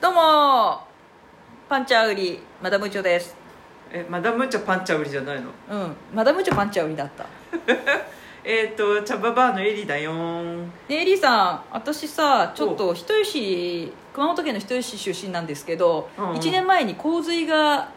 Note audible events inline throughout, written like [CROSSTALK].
どうもパンチャー売りマダムチョですえマダムチョパンチャ売りじゃないのうんマダムチョパンチャー売りだったえっ、ー、と茶ババアのエリだよーんでエリーさん私さちょっと人吉熊本県の人吉出身なんですけど、うんうん1年前に洪水が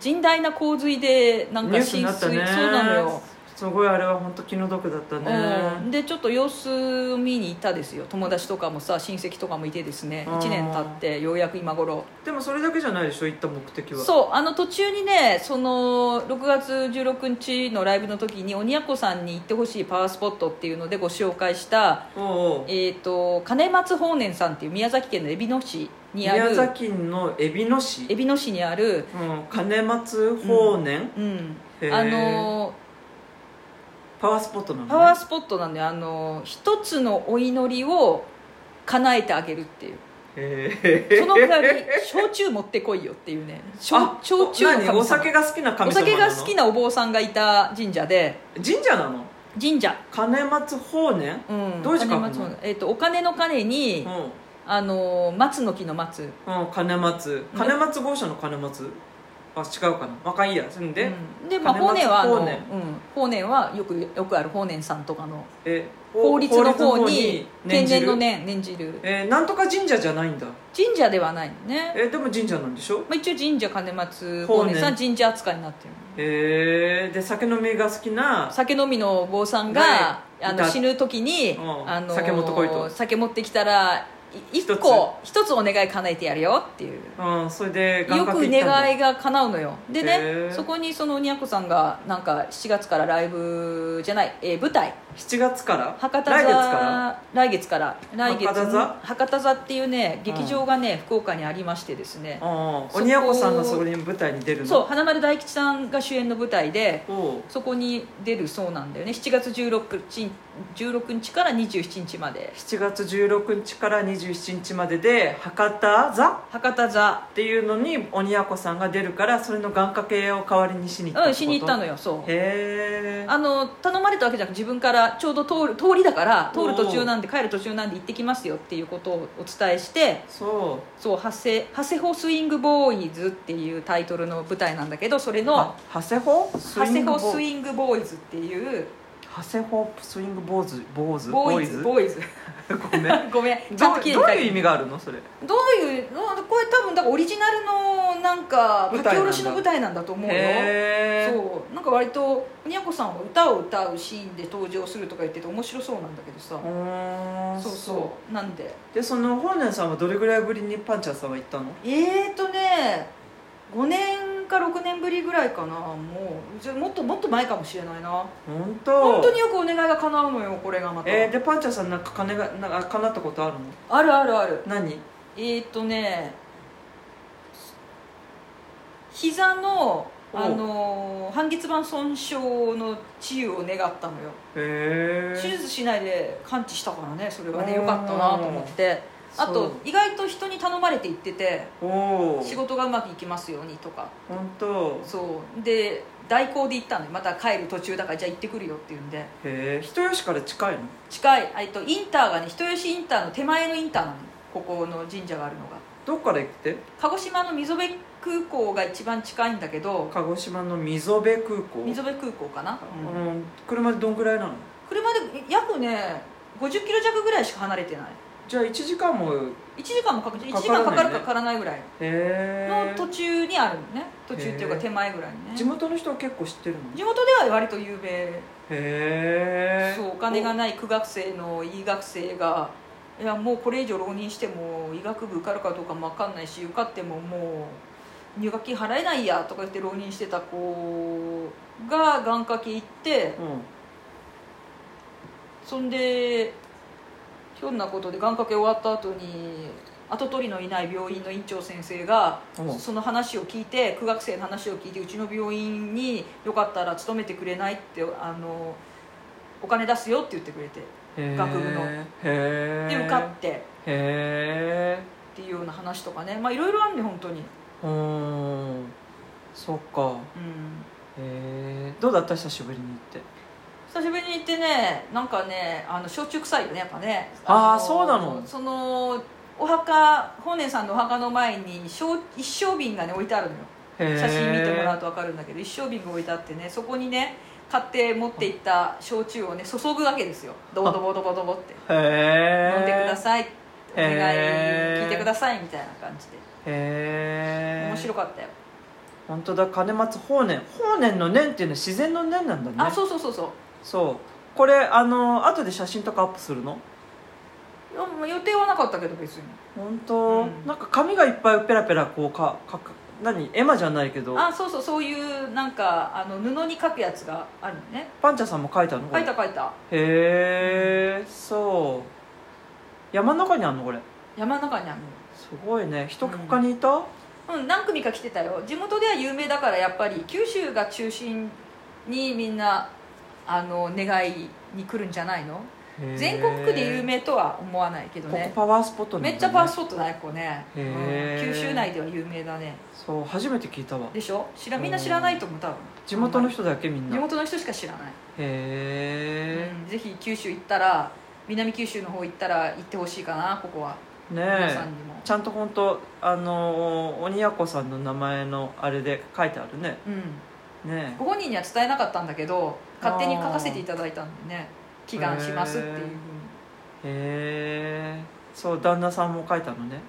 甚大な洪水でなんかニ浸ュース水、になったねそうなのよ、すごいあれは本当気の毒だったうんねでちょっと様子を見に行ったですよ友達とかもさ親戚とかもいてですねうん1年経ってようやく今頃でもそれだけじゃないでしょ行った目的はそうあの途中にねその6月16日のライブの時に鬼奴さんに行ってほしいパワースポットっていうのでご紹介した、おうおうえー、と金松法然さんっていう宮崎県の海老野市にあ宮る崎のエビの市、海老野市にある、うん、金松法然、うん、へーあのパワースポットなの、ね、パワースポットなんであの一つのお祈りを叶えてあげるっていうへーその代わり焼酎持ってこいよっていうね焼あ焼酎の神様何お酒が好きな神お様なの酒が好きなお坊さんがいた神社で神社なの神社金松法然うん、どういう字書くの金松本えっとお金の金に、うんあのー松の木の松うん、金松金松豪社の金松あ違うかなまあかんいいやそんで、うんでまあ金松法然はあの法う然ん、法然はよくよくある法然さんとかのえ法律の方に天念じ然るの念念じるえーなんとか神社じゃないんだ神社ではないのね、えーでも神社なんでしょまあ、一応神社金松法然さん法神社扱いになってるえーで酒飲みが好きな酒飲みのお坊さんが、ねあいのた死ぬ時に、うんあのー酒持ってこいと酒持ってきたらい一個一つお願い叶えてやるよっていううんそれでよく願いいが叶うのよでへねーそこにその鬼奴さんがなんか7月からライブじゃない、えー舞台7月から博多座来月から来月から来月博多座博多座っていうねうん劇場がね、福岡にありましてですねうんそこ鬼奴さんがそこに舞台に出るのそう花丸大吉さんが主演の舞台でおうそこに出るそうなんだよね7月16日16日から27日まで7月16日から27日までで博多座博多座っていうのに鬼奴さんが出るからそれの願掛けを代わりにしに行ったうんしに行ったのよよそうへえあの頼まれたわけじゃなく自分からちょうど通る通りだから通る途中なんで帰る途中なんで行ってきますよっていうことをお伝えしてそ「そうハセハセホスイングボーイズ」っていうタイトルの舞台なんだけどそれうの長谷穂「ハセホスインイングボーイズ」っていう長谷穂スイング坊主坊主ボーイズボーイズごめ [LAUGHS] んごめんちどゃんうと切れどてたういう意味があるのそれどういうどうこれ多分だからオリジナルのなんか書き舞台なんだ下ろしの舞台なんだと思うよへえそうなんか割とにゃこさんは歌を歌うシーンで登場するとか言ってて面白そうなんだけどさそうそうなんででその本年さんはどれぐらいぶりにパンチャーさんは行ったのえーとね5年か6年ぶりぐらいかなもうじゃもっともっと前かもしれないな本当本当によくお願いが叶うのよこれがまた、えーでパンチャーさんなんか金がなんか叶ったことあるのあるあるある何えーとね膝のおあのー半月板損傷の治癒を願ったのよへ手え術しないで完治したからねそれはねうんよかったなと思ってあそとう意外と人に頼まれて行ってておお仕事がうまくいきますようにとか本当そうで代行で行ったのよまた帰る途中だからじゃあ行ってくるよっていうんでへえ人吉から近いの近いえっとインターがね人吉インターの手前のインターなのよここの神社があるのがどっから行って鹿児島の溝辺空港が一番近いんだけど鹿児島の溝辺空港溝辺空港かな、うんうん、車でどんぐらいなの車で約ね50キロ弱ぐらいしか離れてないじゃあ1時間も1時間もかか1か時からない間かねかるかかからないぐらいへのえ途中にあるのね途中っていうかへー手前ぐらいにね地元の人は結構知ってるの地元では割と有名へえそうお金がない苦学生の医学生がいやもうこれ以上浪人しても医学部受かるかどうかも分かんないし受かってももう入学金払えないやとか言って浪人してた子が願掛け行ってうそんでひょんなことで願掛け終わった後に跡取りのいない病院の院長先生がうんその話を聞いて苦学生の話を聞いてうちの病院によかったら勤めてくれないってあのお金出すよって言ってくれてん学部のへえで受かってっへえていうような話とかねまあいろいろあるね本当にうんそっかうんへえどうだった久しぶりに行って久しぶりに行ってねなんかねあの焼酎臭いよねやっぱねあーのそうなのそのお墓本年さんのお墓の前に小一升瓶がね置いてあるのよへー写真見てもらうと分かるんだけど一升瓶が置いてあってねそこにね買って持っていった焼酎をね注ぐわけですよドボドボドボドボってへえ飲んでくださいお願いへー聞いてくださいみたいな感じでへえ面白かったよ、本当だ金松法然法然の年っていうのは自然の年なんだねあそうそうそうそうそうこれあの後で写真とかアップするのいやまあ予定はなかったけど別に本当、うんなんか紙がいっぱいペラペラこうかかか何絵馬じゃないけどあそうそうそういうなんかあの布に書くやつがあるのねパンチャさんも書いたのこ書れいた書いたへえそう山の中にあんのこれ山の中にあるのすごいね人他にいた、うん、何組か来てたよ地元では有名だからやっぱり九州が中心にみんなあの願いに来るんじゃないのへー全国区で有名とは思わないけどここねパワースポットなんだめねっちゃパワースポットだねここね、うんへー九州内では有名だねそう初めて聞いたわでしょ知らみんな知らないと思う多分地元の人人だけみんな地へ元の人しか知らない、えうん、ぜひ九州行ったら南九州の方行ったら行ってほしいかなここはね皆えさんにも、ちゃんと本当あのー鬼奴さんの名前のあれで書いてあるねうん、ねえご本人には伝えなかったんだけど勝手に書かせていただいたんでね祈願しますっていうふうにへーへえそう旦那さんも書いたのね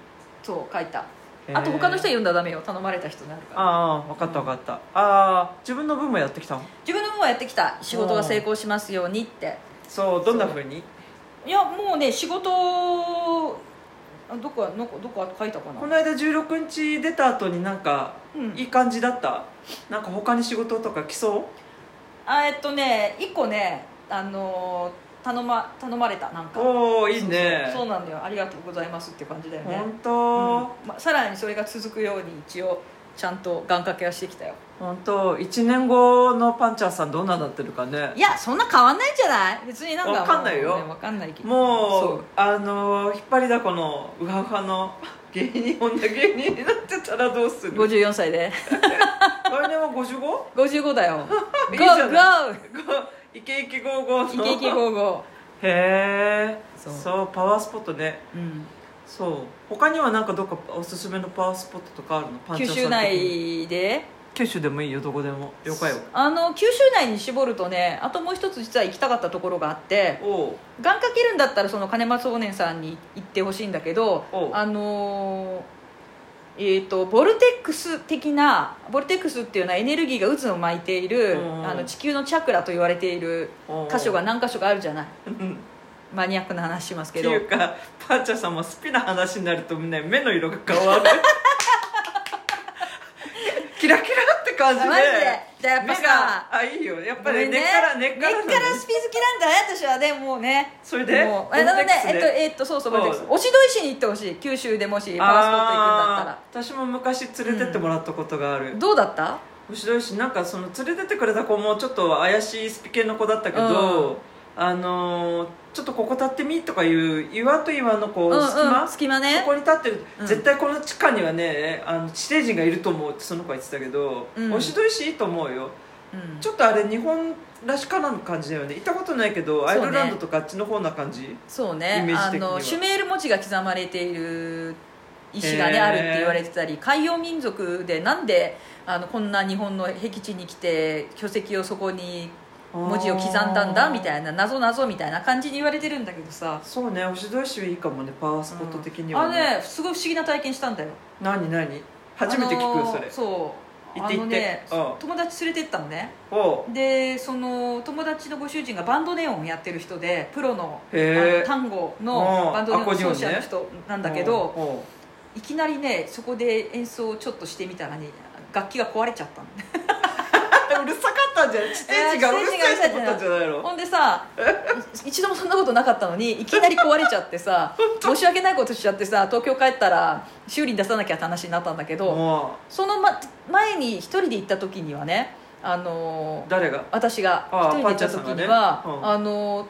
そう書いたへーあと他の人は読んだらダメよ頼まれた人になるからああ分かった分かった、ああ自分の分もやってきたの自分の分はやってきた仕事が成功しますようにってそうどんなふうにいやもうね仕事あどこなんかどこ書いたかこなの間16日出た後になんかうんいい感じだったなんか他に仕事とか来そうあえっとね一個ねあのー頼ま頼まれたなんかおおいいねそうそうそうなんだよありがとうございますって感じだよね、本う当んまあ、さらにそれが続くように一応ちゃんと願掛けはしてきたよ本当1年後のパンチャーさんどんなになってるかねいやそんな変わんないんじゃない別になんかわかんないよもうねわかんないけどもそうあのー引っ張りだこのウハウハの芸人女芸人になってたらどうすうる来54歳で年は 55? 55だよ GO! い [LAUGHS] いじゃ GO! イケイケ55イのケイケ55へえそそううパワースポットねうんそう他にはなんかどっかおすすめのパワースポットとかあるのパンチ九ャー州さん的に内で九州でもいいよどこでも了解よあの九州内に絞るとねあともう一つ実は行きたかったところがあっておう願掛けるんだったらその金松少年さんに行ってほしいんだけどおうあのーえー、とボルテックス的なボルテックスっていうのはエネルギーが渦を巻いているうんあの地球のチャクラと言われているおう箇所が何箇所かあるじゃないうんマニアックな話しますってけどいうかパンチャさんもスピな話になるとね目の色が変 [LAUGHS] わるキラキラって感じマでジでじゃあやっぱ目がさあいいよやっごぱめりん根っから根っから根っからスピ好きなんだね私はねもうねそれでもうボルえテなのッでクスでえっとえっとそうそうボルテックスうんおしどい市に行ってほしい九州でもしパワースポット行くんだったあー私も昔連れてってもらったことがある、らどうだった面白いしなんかその連れてってくれた子もちょっと怪しいスピ系の子だったけど、あのーちょっとここ立ってみとかいう岩と岩のこう隙間、うんうん隙間そねこに立ってる、うん絶対この地下にはねあの地底人がいると思うってその子は言ってたけど、うんおしどいしいいと思うようんちょっとあれ日本らしからぬ感じだよね行ったことないけど、ねアイルランドとかあっちの方な感じそうイねメージあ的にはのシュメール文字が刻まれている石がへねーあるって言われてたり海洋民族でなんであのこんな日本の僻地に来て巨石をそこに文字を刻んだんだみたないな謎謎みたいな感じに言われてるんだけどさそうねおしどいしはいいかもねパワースポット的にあは、れねすごい不思議な体験したんだよ何何初めて聞くあよのーそれ、そう行ってあのね行ってうん友達連れてったのねおうでその友達のご主人がバンドネオンやってる人でプロのあへのえ単語うんのバンドネオアコンーディオ奏ンね者の人なんだけどいきなりねそこで演奏をちょっとしてみたらね楽器が壊れちゃったのうるさかったんじゃない地底人がうるさいと思ったんじゃないのほんでさ一度もそんなことなかったのにいきなり壊れちゃってさ申し訳ないことしちゃってさ東京帰ったら修理に出さなきゃって話になったんだけどもその、ま、前に一人で行った時にはねあのうー誰が私がああ一人で行った時にはパンチャーさんがねうんあのー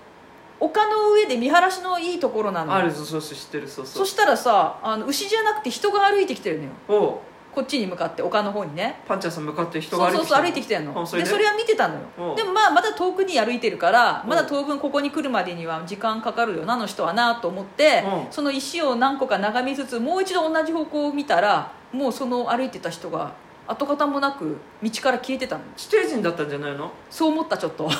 丘の上で見晴らしのいいところなのあるぞそうそう知ってるそうそそうしたらさあの牛じゃなくて人が歩いてきてるのよおうここっちに向かって丘の方にねパンチャーさん向かって人そがう歩そういてきそうた歩いてきてんのあそれででそれは見てたのうよんでもまあまだ遠くに歩いてるからうんまだ当分ここに来るまでには時間かかるよなあの人はなと思ってうんその石を何個か眺めつつもう一度同じ方向を見たらもうその歩いてた人が跡形もなく道から消えてたの地底人だったんじゃないのそう思ったちょっ [LAUGHS] とあ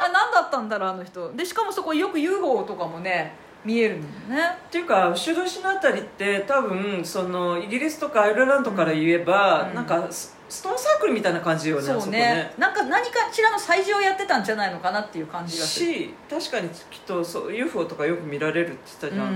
何だったんだろうあの人でしかもそこよく UFO とかもね見えるのよねっていうか修道士のあたりって多分そのイギリスとかアイルランドから言えば、うんなんかスストーンサークルみたいな感じよねあそうこねなんか何かしらの催事をやってたんじゃないのかなっていう感じがするし確かにきっとそう UFO とかよく見られるって言ってたじゃん、う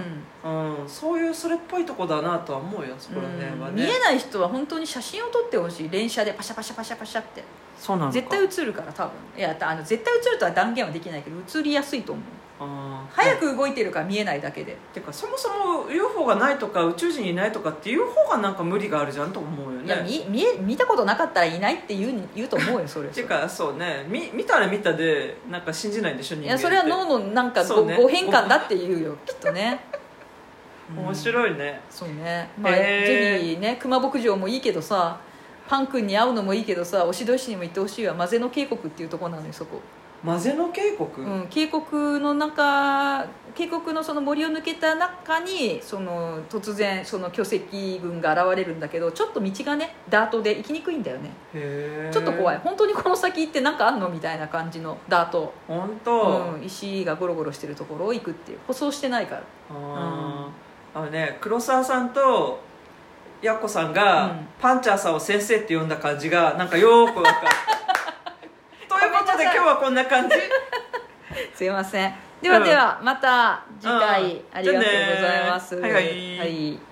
んそういうそれっぽいとこだなとは思うよそこら辺はうん見ね、えない人は本当に写真を撮ってほしい連写でパシャパシャパシャパシャってそうなのか絶対映るから多分いやあの絶対映るとは断言はできないけど映りやすいと思うあー早っく動いてるから見えないだけでていうかそもそも UFO がないとか宇宙人いないとかっていう方がなんか無理があるじゃんと思うよいやね見見え見たことなかったらいないって言う言うと思うよそれっていうかそうねみ見たら見たでなんか信じないんでしょ人い間やそれは脳のなんかそご,、うね変換だって言うよきっとね面い、白いね、そうね、まあ、へーぜひね熊牧場もいいけどさパン君に会うのもいいけどさおしどしにも行ってほしいわマゼノ渓谷っていうところなのよそこ、マゼノ渓谷、うん、渓谷の中渓谷のその森を抜けた中にその突然その巨石群が現れるんだけどちょっと道がねダートで行きにくいんだよねへーちょっと怖い本当にこの先行って何かあんのみたいな感じのダート、本当、うん、石がゴロゴロしてるところを行くっていう舗装してない [LAUGHS] からあーあのね黒沢さんとやっこさんが、うんパンチャーさんを先生って呼んだ感じがなんかよーくわか [LAUGHS] るということで今日はこんな感じすいませんではでは、また次う回んありがとうございます、じゃあねはいはいはい